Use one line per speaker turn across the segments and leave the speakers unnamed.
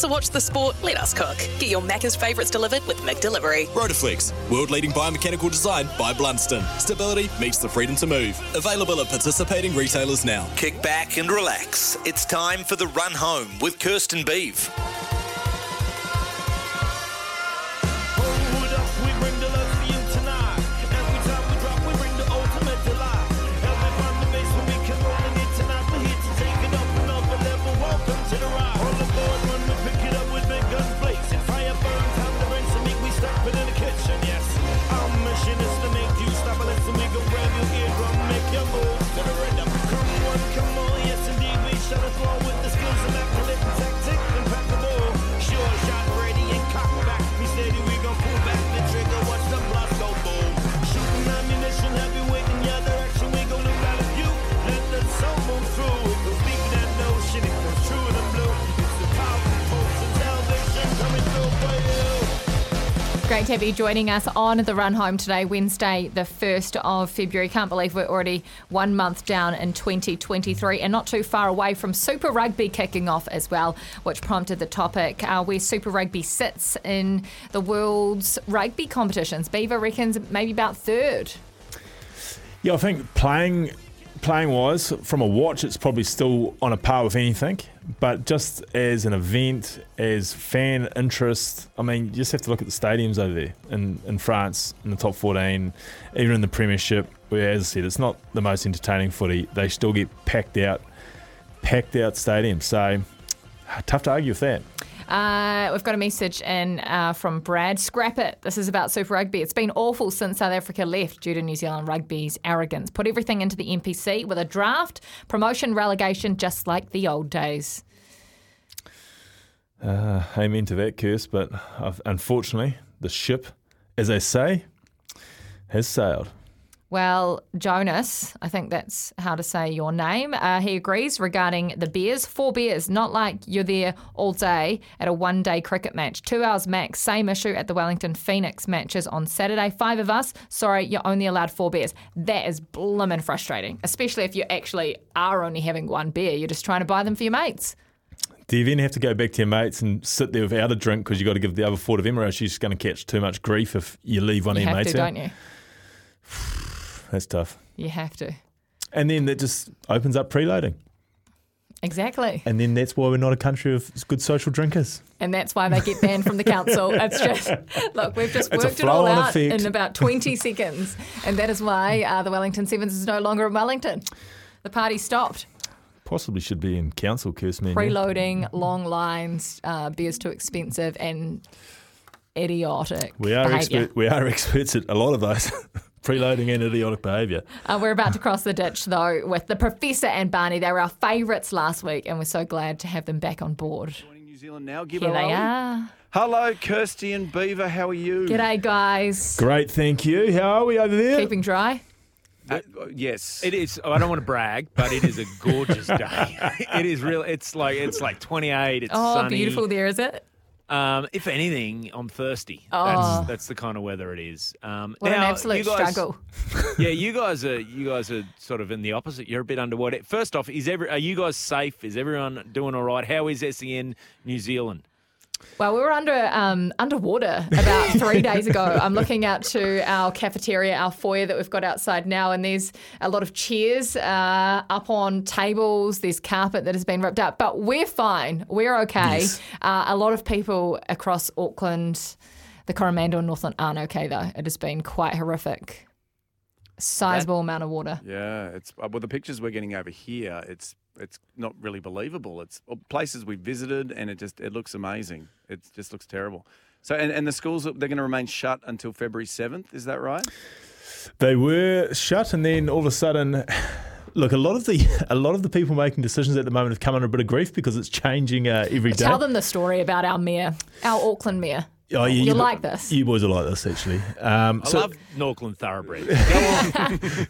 To watch the sport, let us cook. Get your Macca's favourites delivered with McDelivery.
Rotaflex, world leading biomechanical design by Blunston. Stability meets the freedom to move. Available at participating retailers now.
Kick back and relax. It's time for the run home with Kirsten Beeve.
Great to have you joining us on the run home today, Wednesday, the 1st of February. Can't believe we're already one month down in 2023 and not too far away from Super Rugby kicking off as well, which prompted the topic uh, where Super Rugby sits in the world's rugby competitions. Beaver reckons maybe about third.
Yeah, I think playing playing wise, from a watch, it's probably still on a par with anything. But just as an event, as fan interest, I mean, you just have to look at the stadiums over there in, in France, in the top 14, even in the Premiership, where, as I said, it's not the most entertaining footy. They still get packed out, packed out stadiums. So, tough to argue with that.
Uh, we've got a message in uh, from Brad. Scrap it. This is about Super Rugby. It's been awful since South Africa left due to New Zealand Rugby's arrogance. Put everything into the NPC with a draft, promotion, relegation, just like the old days.
Uh, amen to that curse, but I've, unfortunately, the ship, as they say, has sailed.
Well, Jonas, I think that's how to say your name. Uh, he agrees regarding the beers. Four beers, not like you're there all day at a one day cricket match. Two hours max, same issue at the Wellington Phoenix matches on Saturday. Five of us, sorry, you're only allowed four beers. That is blooming frustrating, especially if you actually are only having one beer. You're just trying to buy them for your mates.
Do you then have to go back to your mates and sit there without a drink because you've got to give the other four to them, or else you're just going to catch too much grief if you leave one
You
of your
have
mates
to,
out?
don't you?
That's tough.
You have to.
And then that just opens up preloading.
Exactly.
And then that's why we're not a country of good social drinkers.
and that's why they get banned from the council. It's just look, we've just
It's a
worked it all
flow-on
out
effect.
in about 20 seconds, and that is why uh, the Wellington Sevens is no longer in Wellington. The party stopped.
Possibly should be in council, curse me.
Preloading, long lines, uh, beers too expensive, and idiotic.
We are
behaviour.
expert, we are experts at a lot of those. Preloading and idiotic behaviour.
Uh, we're about to cross the ditch though with the professor and Barney. They were our favourites last week, and we're so glad to have them back on board.
New Zealand now. Gibbo
Here they
Ali.
are.
Hello, Kirsty and Beaver. How are you?
G'day, guys.
Great, thank you. How are we over there?
Keeping dry.
Uh, uh, yes.
It is. oh, I don't want to brag, but it is a gorgeous day. it is real. It's like it's like 28. It's
Oh,
sunny.
beautiful there is it.
Um, if anything, I'm thirsty.
Oh.
That's that's the kind of weather it is. Um,
What
now,
an
you
absolute
guys-
struggle.
Yeah, you guys are you guys are sort of in the opposite. You're a bit underwater. First off, is every are you guys safe? Is everyone doing all right? How is SEN New Zealand?
Well, we were under um, underwater about three days ago. I'm looking out to our cafeteria, our foyer that we've got outside now, and there's a lot of chairs uh, up on tables. There's carpet that has been ripped up, but we're fine. We're okay. Uh, a lot of people across Auckland, the Coromandel and Northland aren't okay though. It has been quite horrific. Sizable amount of water.
Yeah. It's uh, well, the pictures we're getting over here. It's it's not really believable. It's uh, places we visited, and it just it looks amazing. It just looks terrible. So, and, and the schools uh, they're going to remain shut until February seventh. Is that right?
They were shut, and then all of a sudden, Look, a lot of the a lot of the people making decisions at the moment have come under a bit of grief because it's changing uh, every day.
Tell them the story about our mayor, our Auckland mayor.
Oh, you,
You
bo-
like this?
You boys are like this, actually. Um,
I
so,
love Northland Thoroughbred.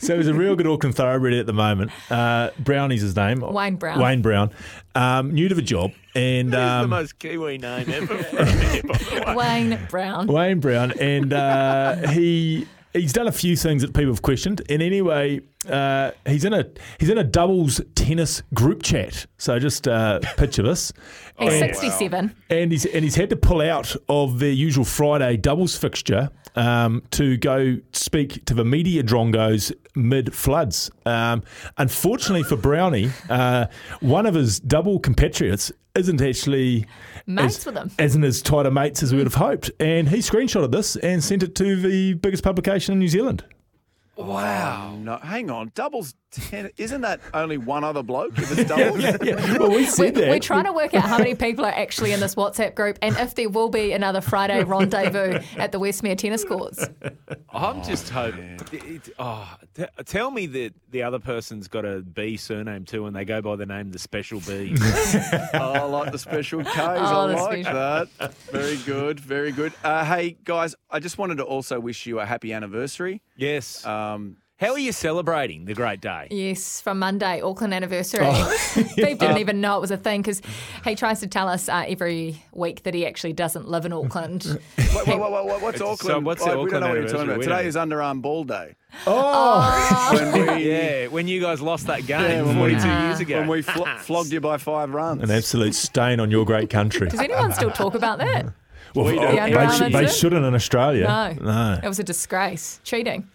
so he's a real good Auckland thoroughbred at the moment. Uh, Brownie's his name.
Wayne Brown.
Wayne Brown. Um, new to the job. And
That's the
um,
most Kiwi name ever. for a mayor, by the way.
Wayne Brown.
Wayne Brown, and uh, he he's done a few things that people have questioned. And anyway, uh, he's in a he's in a doubles tennis group chat. So just uh, picture this.
He's
And-
67.
and he's and he's had to pull out of their usual Friday doubles fixture um, to go speak to the media drongos mid floods. Um, unfortunately for Brownie, uh, one of his double compatriots isn't actually
Mates
as-
with him.
isn't as tight a mates as we would have hoped, and he screenshotted this and sent it to the biggest publication in New Zealand.
Wow. No, hang on. Doubles ten. Isn't that only one other bloke? If it's doubles,
Yeah, well, we said that.
We're trying to work out how many people are actually in this WhatsApp group and if there will be another Friday rendezvous at the Westmere tennis courts.
I'm just hoping. It, oh, t- tell me that the other person's got a B surname too, and they go by the name the Special B.
Oh, I like the special Ks.
Oh,
I
the
like
special-
that. Very good. Very good. Uh, hey, guys, I just wanted to also wish you a happy anniversary.
yes.
Um,
How are you celebrating the great day?
Yes, from Monday, Auckland anniversary.
Oh,
Beeb didn't even know it was a thing because he tries to tell us uh, every week that he actually doesn't live in Auckland.
wait, wait, wait, wait, wait,
It's-
what's Auckland?
so what's the
Oh, we don't know what you're talking
Auckland
about.
anniversary?
Today is underarm ball day.
Oh.
When we, yeah, when you guys lost that game
when we-
42 years ago.
When we flo- flogged you by five runs.
an absolute stain on your great country.
Does anyone still talk about that?
Well,
don't.
they,
Yeah,
should-
no,
they
that's it.
shouldn't in Australia.
No.
no.
It was a disgrace. Cheating.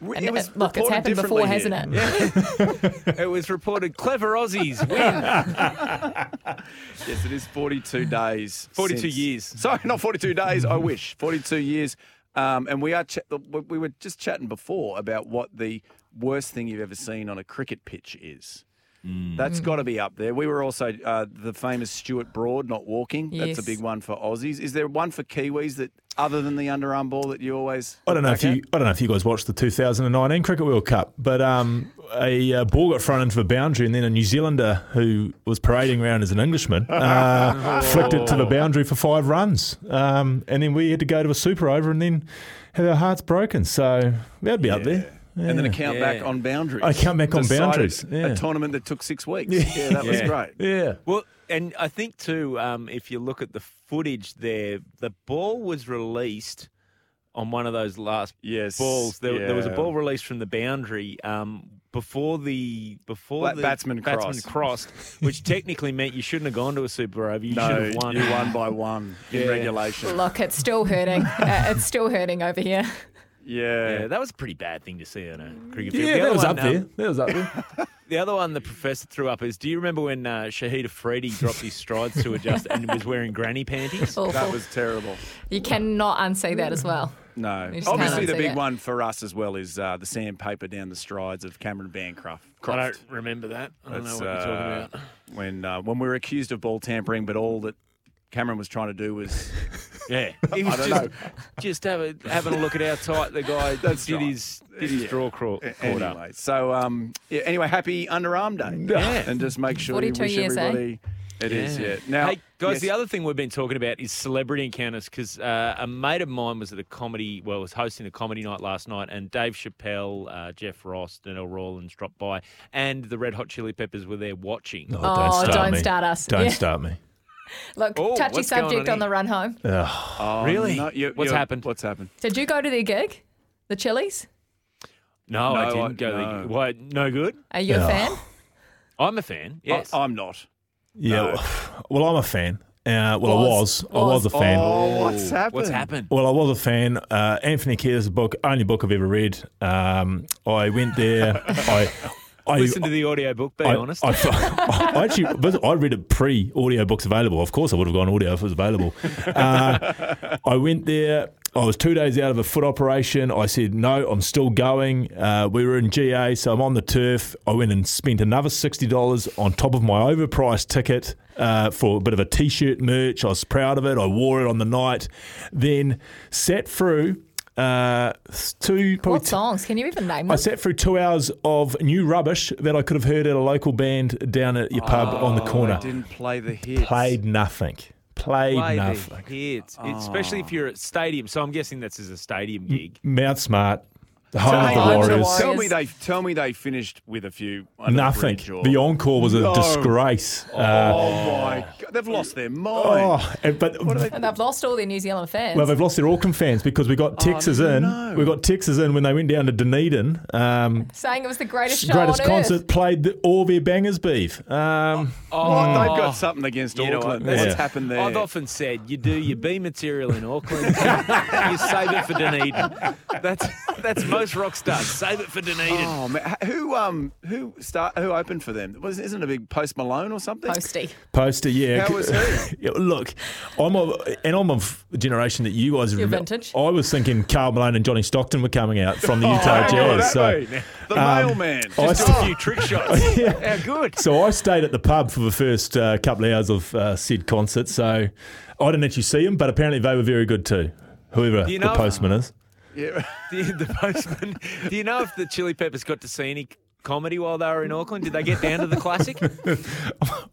We-
And
it was
it- look, it's
reported
happened before,
differently
hasn't
here.
it?
it was reported clever Aussies win.
Yes, it is 42 days.
42
since-
years.
Sorry, not 42 days. I wish 42 years. Um, and we are ch- we were just chatting before about what the worst thing you've ever seen on a cricket pitch is.
Mm.
That's got to be up there. We were also uh, the famous Stuart Broad not walking. That's a
Yes.
big one for Aussies. Is there one for Kiwis that other than the underarm ball that you always?
I don't know
Okay.
if you I don't know if you guys watched the 2019 Cricket World Cup, but um, a uh, ball got thrown into the boundary, and then a New Zealander who was parading around as an Englishman uh, flicked it to
Oh.
the boundary for five runs, um, and then we had to go to a super over, and then had our hearts broken. So that'd be up there.
And then a count back
Yeah.
on boundaries.
A count back on
Decided
boundaries, yeah.
A tournament that took six weeks. Yeah, that was
Yeah.
great.
Yeah.
Well, and I think too, um, if you look at the footage there, the ball was released on one of those last
Yes,
balls. There, there was a
yeah.
ball released from the boundary um, before the before
Ba-
the
batsman crossed.
crossed, which technically meant you shouldn't have gone to a super over. You should
No,
have won.
you won by one in
Yeah.
regulation.
Look, it's still hurting. Uh, it's still hurting over here.
Yeah,
Yeah.
that was a pretty bad thing to see on a cricket field.
Yeah,
The
that
other
was
one,
up
um,
there. That was up
Oh,
there.
The other one the professor threw up is: Do you remember when uh, Shahid Afridi dropped his strides to adjust and was wearing granny panties?
Awful.
That was terrible.
You cannot unsee that as well.
No.
You just
Obviously,
can't
the
unsee
big
it.
one for us as well is uh, the sandpaper down the strides of Cameron Bancroft.
I
Croft.
don't remember that. I don't know
That's,
what you're talking
uh,
about.
When, uh, when we were accused of ball tampering, but all that Cameron was trying to do was.
Yeah, he was
don't
just,
know.
just have a, having a look at how tight the guy
That's
did
right.
his did his
Yeah.
draw craw, caught up.
anyway, so um, yeah, anyway, happy underarm day.
Yeah.
And just make sure you
42
wish
years, eh?
everybody. It is, yeah. Now,
hey guys, the
yes.
other thing we've been talking about is celebrity encounters because uh, a mate of mine was at a comedy, well, was hosting a comedy night last night, and Dave Chappelle, uh, Jeff Ross, Daniel Rawlins dropped by, and the Red Hot Chili Peppers were there watching.
Oh, don't start
don't
me.
start us.
Don't
Yeah.
start me.
Look,
Oh,
touchy
what's going on
subject on,
here?
the run home.
Oh,
Really?
no, you-
What's
you're-
happened?
What's happened?
Did you go to their gig? The Chili's?
No, I didn't
didn't,
go.
no.
there. Why? No good.
Are you a fan?
I'm a fan. Yes.
I, I'm not.
Yeah. Well, I'm a fan. Uh,
Was.
well, I was. I was a
Was.
fan.
Oh, what's happened?
What's happened?
Well, I was a fan. Uh, Anthony Kiedis' book, only book I've ever read. Um, I went there. I, I
Listen to the audiobook. Be
I,
honest.
I, I, actually, but I read it pre audiobooks available. Of course, I would have gone audio if it was available. Uh, I went there. I was two days out of a foot operation. I said, no, I'm still going. Uh, we were in GA, so I'm on the turf. I went and spent another $60 on top of my overpriced ticket uh, for a bit of a t shirt merch. I was proud of it. I wore it on the night. Then sat through. uh, two probably
What
t-
songs? Can you even name
I
them?
sat through two hours of new rubbish that I could have heard at a local band down at your pub on the corner.
Oh, Didn't play the hits.
Played nothing. Played
Play the
nothing.
hits, especially
Oh.
if you're at stadium. So I'm guessing this is a
Mm.
stadium gig.
Mount Smart, the home of
Home of the
the Warriors.
Warriors.
Tell me they tell me they finished with a few. under the
Nothing.
bridge or-
The encore was a
No.
disgrace. Uh,
Oh my god, they've lost their mind.
oh, and- but
and they've lost all their New Zealand fans.
Well, they've lost their Auckland fans because we got Texas in.
Oh, no.
We got Texas in when they went down to Dunedin. Um,
saying it was the greatest show
greatest
on
concert
earth.
played the, all their bangers beef. Um,
What? They've got something against
You know what?
Auckland.
Yeah.
What's happened there?
I've often said you do your B material in Auckland, you save it for Dunedin. That's that's most rock stars. Save it for Dunedin.
Oh man, who um who start who opened for them? Was isn't it a big Post Malone or something?
Posty.
poster, yeah.
How was he?
Yeah, Look, I'm of, and I'm of a generation that you guys remember.
vintage.
I was thinking Carl Malone and Johnny Stockton were coming out from the
Oh,
Utah
hang on,
Jazz. So,
that The mailman.
Just
I-
a few trick shots. How good.
so I stayed at the pub for the first uh, couple of hours of uh, said concert. So I didn't actually see them, but apparently they were very good too. Whoever
You
the
know-
postman is.
yeah.
the, the postman. Do you know if the Chili Peppers got to see any comedy while they were in Auckland? Did they get down to the classic?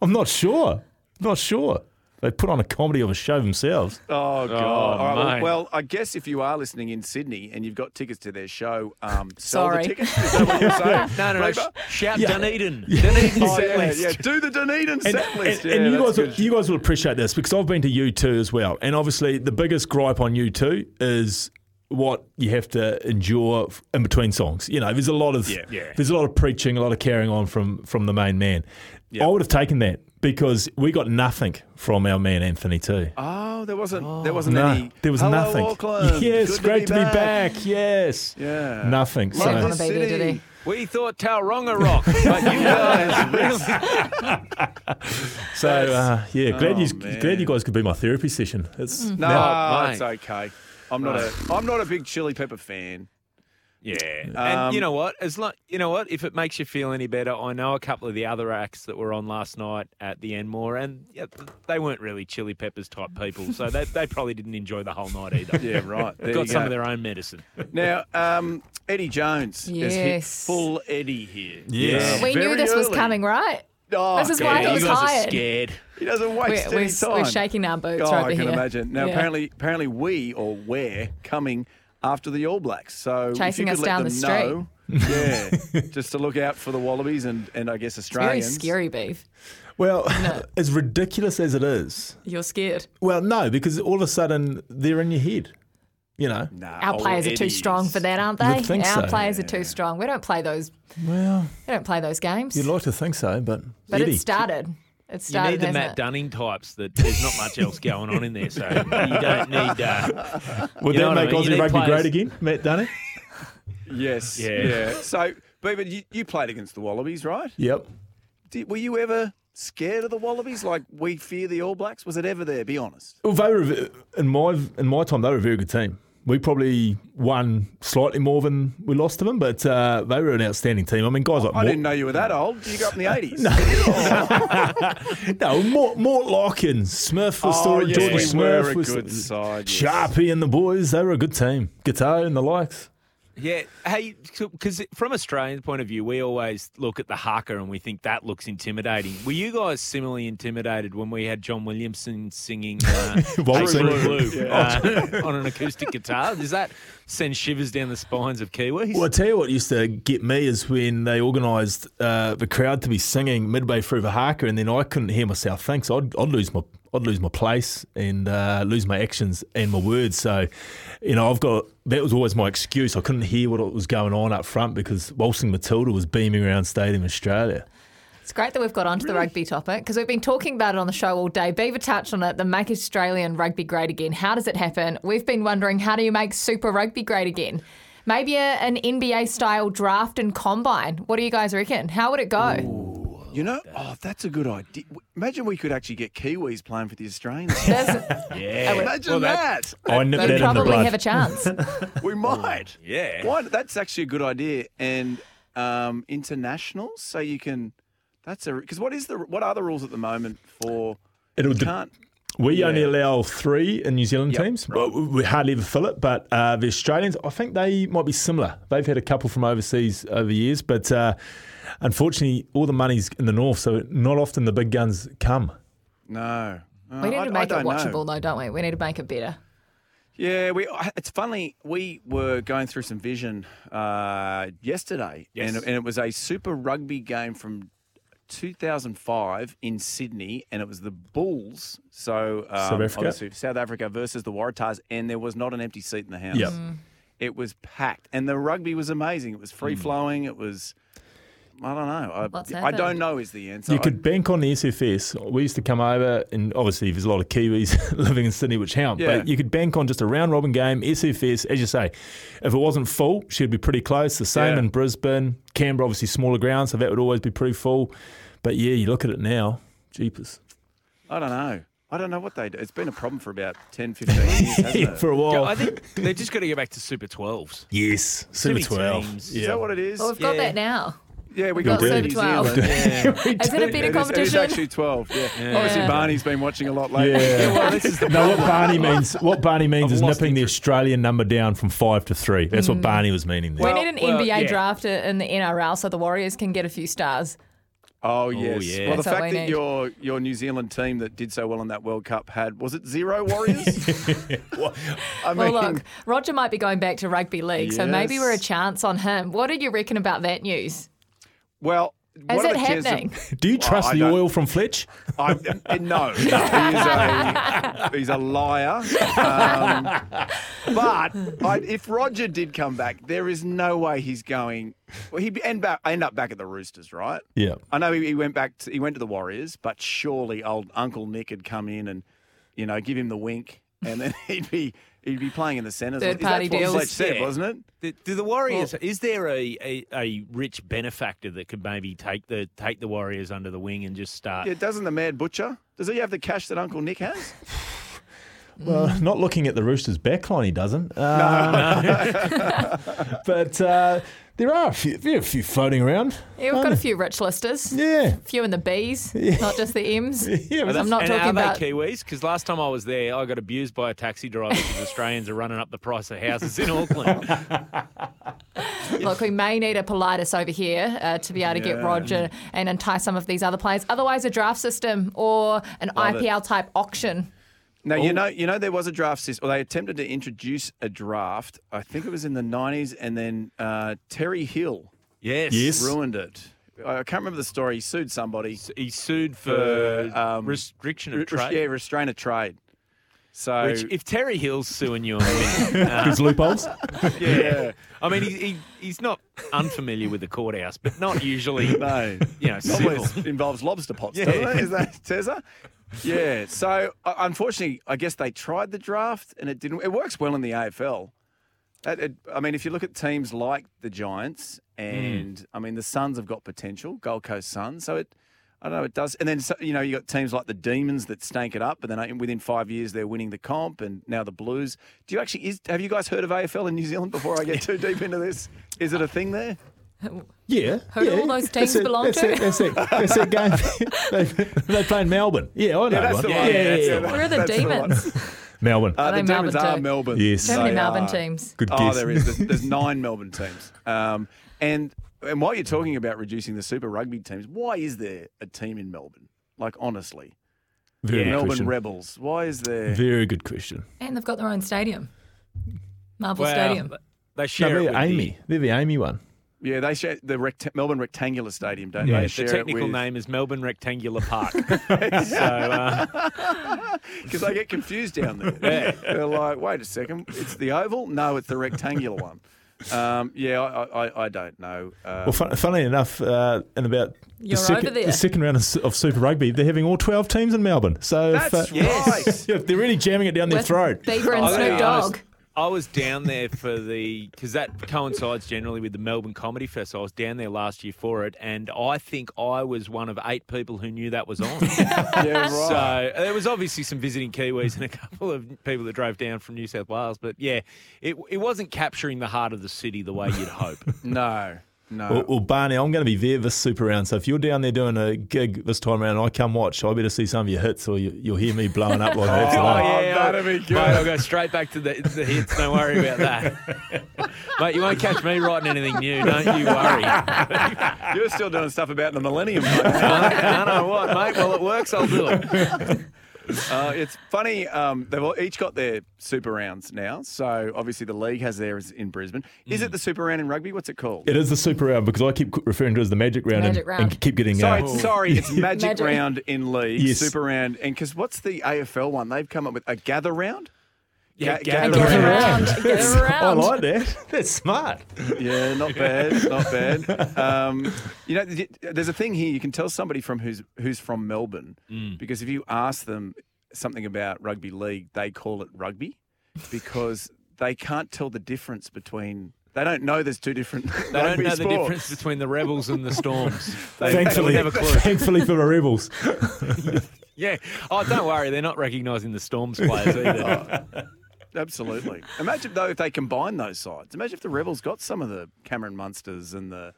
I'm not sure. Not sure. They put on a comedy of a show themselves.
Oh god. All right,
mate.
well, well, I guess if you are listening in Sydney and you've got tickets to their show, um, sell
Sorry.
the tickets. Is that what you're saying?
No, no, no.
Raver?
sh- Shout
Yeah.
Dunedin. Dunedin
Oh,
set
yeah,
list.
yeah, do the Dunedin
And,
set list.
and- and
Yeah,
you
that's
guys, will,
good.
you guys will appreciate this because I've been to U2 as well, and obviously the biggest gripe on U2 is what you have to endure f- in between songs. You know, there's a lot of there's a lot of preaching, a lot of carrying on from from the main man. I would have taken that because we got nothing from our man Anthony too.
Oh, there wasn't. There wasn't
no,
any.
there was
Hello,
nothing.
Auckland.
Yes,
Good
great to be, back. Yes,
Yeah.
nothing.
Love
Didn't
So-
want to be there, did he?
We thought Tauranga rock, but you guys really.
So uh, yeah, glad you
Oh, man.
glad you guys could be my therapy session. It's
No,
No, mate.
it's okay. I'm not a. I'm not a big chili pepper fan.
Yeah,
Um,
and you know what? As long you know what, if it makes you feel any better, I know a couple of the other acts that were on last night at the Enmore, and yeah, they weren't really Chili Peppers type people, so they, they probably didn't enjoy the whole night either.
Yeah, right. There
got
you
some
go.
of their own medicine.
Now, um, Eddie Jones has hit
Yes.
full Eddie here.
Yes.
We knew
Very
this was
early.
coming, right?
Oh,
This is why
God,
he was
doesn't-
hired.
scared.
He doesn't
We're,
waste
we're,
any time.
we're shaking our boots
Oh,
over
I can
here.
imagine. Now,
Yeah.
apparently, apparently, we or we're coming after the All Blacks. So if you
Chasing
could
us
let
down
them
the
know- yeah, just to look out for the Wallabies and, and I guess
very
Australians.
scary, beef.
Well, as ridiculous as it is,
You're scared.
well, no, because all of a sudden they're in your head, you know.
Nah,
Our
old
players are too
Eddie's.
strong for that, aren't
You
they?
would think
Our
so.
players are too strong. We don't play those.
Well,
We don't play those games.
you'd like to think so, but
but
Eddie,
it started. It
You
started.
need the
hasn't
Matt
it?
Dunning types that there's not much else going on in there, so you don't need. Uh,
would
you know
that
what I
make
mean? You
Aussie
need
rugby
players-
great again, Matt Dunning?
Yes.
Yeah.
So, but but you, you played against the Wallabies, right?
yep.
Did, were you ever scared of the Wallabies? Like we fear the All Blacks? Was it ever there? Be honest.
Well, they were a ve- in my in my time. They were a very good team. We probably won slightly more than we lost to them, but uh, they were an outstanding team. I mean, guys like
I
Mort,
didn't know you were that old. You got up in the eighties.
no, Mort, Mortlock and Smith was still
Oh, yes,
Jordan
we
Smith
were a
was
good side, yes.
Sharpie and the boys. They were a good team. Guitar and the likes.
yeah, hey, because from Australian point of view, we always look at the haka and we think that looks intimidating. Were you guys similarly intimidated when we had John Williamson singing uh,
Waltzing.
True Blue, Blue, uh, on an acoustic guitar? Does that send shivers down the spines of Kiwis?
Well, I tell you what used to get me is when they organised uh, the crowd to be singing midway through the haka, and then I couldn't hear myself think, so I'd, I'd lose my I'd lose my place and uh, lose my actions and my words. So, you know, I've got that was always my excuse. I couldn't hear what was going on up front because Waltzing Matilda was beaming around Stadium Australia.
It's great that we've got onto the rugby topic because we've been talking about it on the show all day. Beaver touched on it. The make Australian rugby great again. How does it happen? We've been wondering how do you make Super Rugby great again? Maybe a, an NBA style draft and combine. What do you guys reckon? How would it go?
You know, oh, that's a good idea. W- Imagine we could actually get Kiwis playing for the Australians.
There's-
Imagine that.
I nipped
You
that in the
probably
bud.
have a chance.
We might.
Oh, yeah.
Why, that's actually a good idea. And um, internationals, so you can. That's a because what is the what are the rules at the moment for?
It'll
you
de-
can't.
We only allow three in New Zealand
Yep,
teams.
right.
We- We hardly ever fill it, but uh, the Australians, I think they might be similar. They've had a couple from overseas over the years, but uh, unfortunately, all the money's in the north, so not often the big guns come.
No. Uh,
We need
I-
to
I
make it
don't know.
watchable, though, don't we? We need to make it better.
Yeah, we. I- It's funny. We were going through some vision uh, yesterday, and, and it was a Super Rugby game from 2005 in Sydney, and it was the Bulls. So um,
South Africa?
obviously South Africa versus the Waratahs, and there was not an empty seat in the house.
Yep.
Mm.
It was packed, and the rugby was amazing. It was free
Mm.
flowing. It was. I don't
What's
know. I, I
happened?
don't know is the answer.
You
I-
could bank on the SFS. We used to come over, and obviously there's a lot of Kiwis living in Sydney, which helped.
Yeah.
But you could bank on just a round robin game. SFS, as you say, if it wasn't full, she'd be pretty close. The same
Yeah.
in Brisbane, Canberra, obviously smaller ground, so that would always be pretty full. But yeah, you look at it now, jeepers.
I don't know. I don't know what they do. It's been a problem for about 10, 15 years, hasn't
Yeah,
it?
for a
Yeah,
while.
I think they've just got to go back to Super 12s.
yes, Super
many
12.
teams.
Is
Yeah.
that what it is?
Well, we've got
Yeah.
that now.
Yeah, we
Oh, We've got
got
do.
Super
New
12.
Zealand.
Has it a
It
better
is- It is
competition?
actually 12. Yeah. Obviously, Barney's been watching a lot lately.
Yeah.
well, this is the
No, what Barney means what Barney means
I've
is
lost
nipping the
interest.
Australian number down from five to three. That's what Barney was meaning there.
we need an
well,
NBA
yeah.
draft in the NRL so the Warriors can get a few stars.
Oh, yes.
yeah.
Well, the
That's what
fact
we
that
need.
your your New Zealand team that did so well in that World Cup had, was it zero Warriors? I mean,
well, look, Roger might be going back to rugby league, so maybe we're a
Yes.
chance on him. What do you reckon about that news?
well,
Is
what are
it
the chances of-
happening?
Do you
Well,
trust
I
the
don't-
oil from Fletch?
I, uh, no, he is a, he's a liar. Um, but I, if Roger did come back, there is no way he's going. Well, he'd end back, end up back at the Roosters, right?
Yeah.
I know he, he went back. To, he went to the Warriors, but surely old Uncle Nick had come in and, you know, give him the wink, and then he'd be he'd be playing in the centres.
Third party
That's what
deals.
Fletch said,
Yeah.
wasn't it?
Do, do the Warriors? is there a, a, a rich benefactor that could maybe take the take the Warriors under the wing and just start?
Yeah, doesn't the Mad Butcher? Does he have the cash that Uncle Nick has?
Well, not looking at the Roosters' backline, he doesn't. Uh, but uh, there are a few, there are a few floating around.
Yeah, we've got a few rich listers.
Yeah.
Few in the B's, not just the M's.
Yeah, but
I'm not
and
talking
are
about.
they Kiwis? Because last time I was there, I got abused by a taxi driver because Australians are running up the price of houses in Auckland.
Look, we may need a Politis over here uh, to be able to get Roger and entice some of these other players. Otherwise, a draft system or an IPL type auction.
Now
Oh.
you know you know there was a draft system. Or they attempted to introduce a draft. I think it was in the nineties, and then uh, Terry Hill
Yes.
Yes.
ruined it. I can't remember the story. He sued somebody.
He sued for
For, um,
restriction of
Re- Yeah,
trade.
restraint of trade. So
Which, if Terry Hill's suing you, I mean,
There's loopholes.
yeah,
I mean he, he, he's not unfamiliar with the courthouse, but not usually.
no,
You know, civil.
always involves lobster pots, doesn't it? Is that Tessa? Yeah. So uh, unfortunately, I guess they tried the draft and it didn't. It works well in the AFL. That- it- I mean, if you look at teams like the Giants
Mm.
and I mean the Suns have got potential, Gold Coast Suns. So it, I don't know, it does. And then so, you know you got teams like the Demons that stank it up, but then uh, within five years they're winning the comp, and now the Blues. Do you actually is have you guys heard of AFL in New Zealand before I get too deep into this? Is it a thing there?
Yeah.
Who do
yeah.
all those
That's
teams
it,
belong
that's
to?
It, that's it. That's it. Game. they, they play in Melbourne. Yeah, I know
that's
one.
the
yeah,
one.
yeah,
That's
yeah.
the one.
Where are the
That's the one.
demons?
Melbourne.
Uh, the
know
Demons
Melbourne
are
too.
Melbourne.
Yes.
How many
They
Melbourne
are.
teams?
Good
oh,
guess.
there is. There's, there's nine Melbourne teams. Um, and and while you're talking about reducing the Super Rugby teams, why is there a team in Melbourne? Like honestly,
Very good
Melbourne
question.
Rebels. Why is there?
Very good question.
And they've got their own stadium, Marvel
Well,
Stadium.
They
No,
share it
they're
with the-
Amy. They're the Amy one.
Yeah, they share the recta- Melbourne Rectangular Stadium, don't
Yeah,
they?
the
The
Share
technical name is Melbourne Rectangular Park. so uh,
because they get confused down there. They're like, wait a second, it's the oval? No, it's the rectangular one. Um, yeah, I, I- I, I don't know. Uh,
Well, fun, funnily enough, uh, in about the,
You're
second,
over there.
the second round of, Su- of Super Rugby, they're having all 12 teams in Melbourne. So if,
That's right.
yeah, if they're really jamming it down their
With
throat.
Bieber
Oh,
and
I gotta
Snoop
be honest,
Dogg.
I was down there for the because that coincides generally with the Melbourne Comedy Fest. I was down there last year for it, and I think I was one of eight people who knew that was on.
yeah, right.
So there was obviously some visiting Kiwis and a couple of people that drove down from New South Wales, but yeah, it it wasn't capturing the heart of the city the way you'd hope.
No.
No. Well, well, Barney, I'm going to be there this super round. So if you're down there doing a gig this time around and I come watch, I better see some of your hits or you, you'll hear me blowing up like that.
Oh,
today.
yeah,
that'd be good.
Mate, I'll go straight back to the, the hits. Don't worry about that. Mate, you won't catch me writing anything new. Don't you worry.
You're still doing stuff about the millennium. mate.
I know what, mate. Well, it works. I'll do it.
Uh, it's funny. Um, they've all, each got their super rounds now. So obviously the league has theirs in Brisbane. Is
Mm.
it the super round in rugby? What's it called?
It is the super round because I keep referring to it as the magic round,
Magic
and,
round.
and keep getting
sorry,
uh,
Oh.
it's- sorry, it's magic,
Magic.
round in league,
Yes.
super round, and because what's the AFL one? They've come up with a gather round.
Yeah,
Ga-
gather
Get
round.
around. Get
Oh, I
around.
like that. That's smart.
Yeah, not bad, not bad. Um, you know, th- there's a thing here. You can tell somebody from who's who's from Melbourne
Mm.
because if you ask them something about rugby league, they call it rugby because they can't tell the difference between. They don't know there's two different.
They don't
rugby
know the
sports.
difference between the rebels and the storms. They,
Thankfully,
they would have a clue.
thankfully for the rebels.
Yeah. Oh, don't worry. They're not recognising the storms players either.
Oh.
Absolutely. Imagine though if they combine those sides. Imagine if the Rebels got some of the Cameron Munsters and the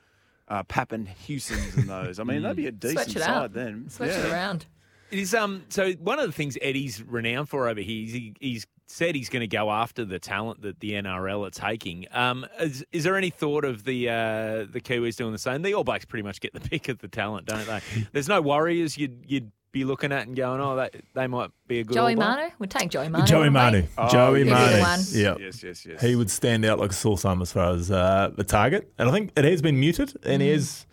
uh, Pappen Hewsons and those. I mean, that'd be a decent
Switch Mm. it
side
out.
then.
Switch
Yeah.
it around.
It is um. So one of the things Eddie's renowned for over here is he, he's said he's going to go after the talent that the NRL are taking. Um, is, is there any thought of the uh, the Kiwis doing the same? The All Blacks pretty much get the pick of the talent, don't they? There's no Warriors you'd you'd be looking at and going, oh, they they might be a good.
Joey
All Black.
Manu. We'd take Joey Manu.
Joey
wouldn't we?
Manu. Oh,
Oh,
Joey
yeah. He'd be the one.
Manu. Yeah.
Yes, yes, yes.
He would stand out like a sore thumb as far as uh, the target. And I think it has been muted and
Mm.
he has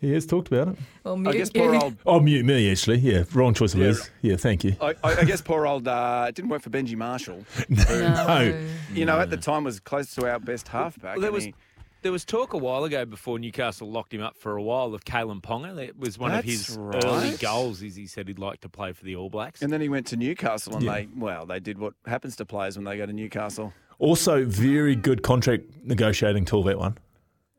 he has talked about it.
Well,
I
mute
guess
you.
poor old.
Oh mute me actually. Yeah. Wrong choice of
Yeah,
words. Yeah, thank you.
I, I I guess poor old. Uh, it didn't work for Benji Marshall.
No.
You know, at the time was close to our best halfback.
Mm. Well, there
and
was
he-
there was talk a while ago before Newcastle locked him up for a while of Kalen Ponga. That was one of
That's
his
right.
early goals. Is he said he'd like to play for the All Blacks?
and then he went to Newcastle, and they well, they did what happens to players when they go to Newcastle.
Also very good contract negotiating tool that one.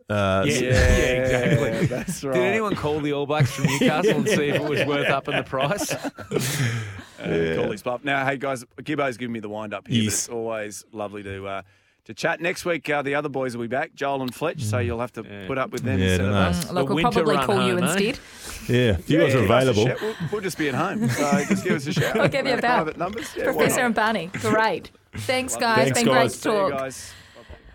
Uh,
yeah, yeah, exactly.
That's right.
Did anyone call the All Blacks from Newcastle and see if it was worth upping the price?
Uh, Call his bluff. Now, hey guys, Gibbo's giving me the wind up here,
Yes.
but it's always lovely to uh, to chat. Next week, uh, the other boys will be back, Joel and Fletch, so you'll have to put up with them
Yeah,
instead of
dunno.
us.
Mm.
Look,
The
we'll
winter
probably
run
call you
home, eh?
instead.
Yeah. If you guys are
give us a
available.
shout. We'll, we'll just be at home, so just give us a shout.
We'll give you a bell.
Private numbers, yeah, why
Professor
not?
and Barney. Great. Thanks, guys.
Thanks,
Been great
guys.
to
See you
talk.
guys.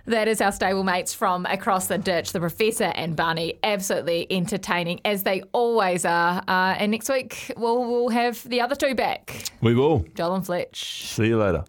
That is our stablemates from across the ditch, the Professor and Barney. Absolutely entertaining, as they always are. Uh, and next week, we'll, we'll have the other two back
We will.
Joel and Fletch.
See you later.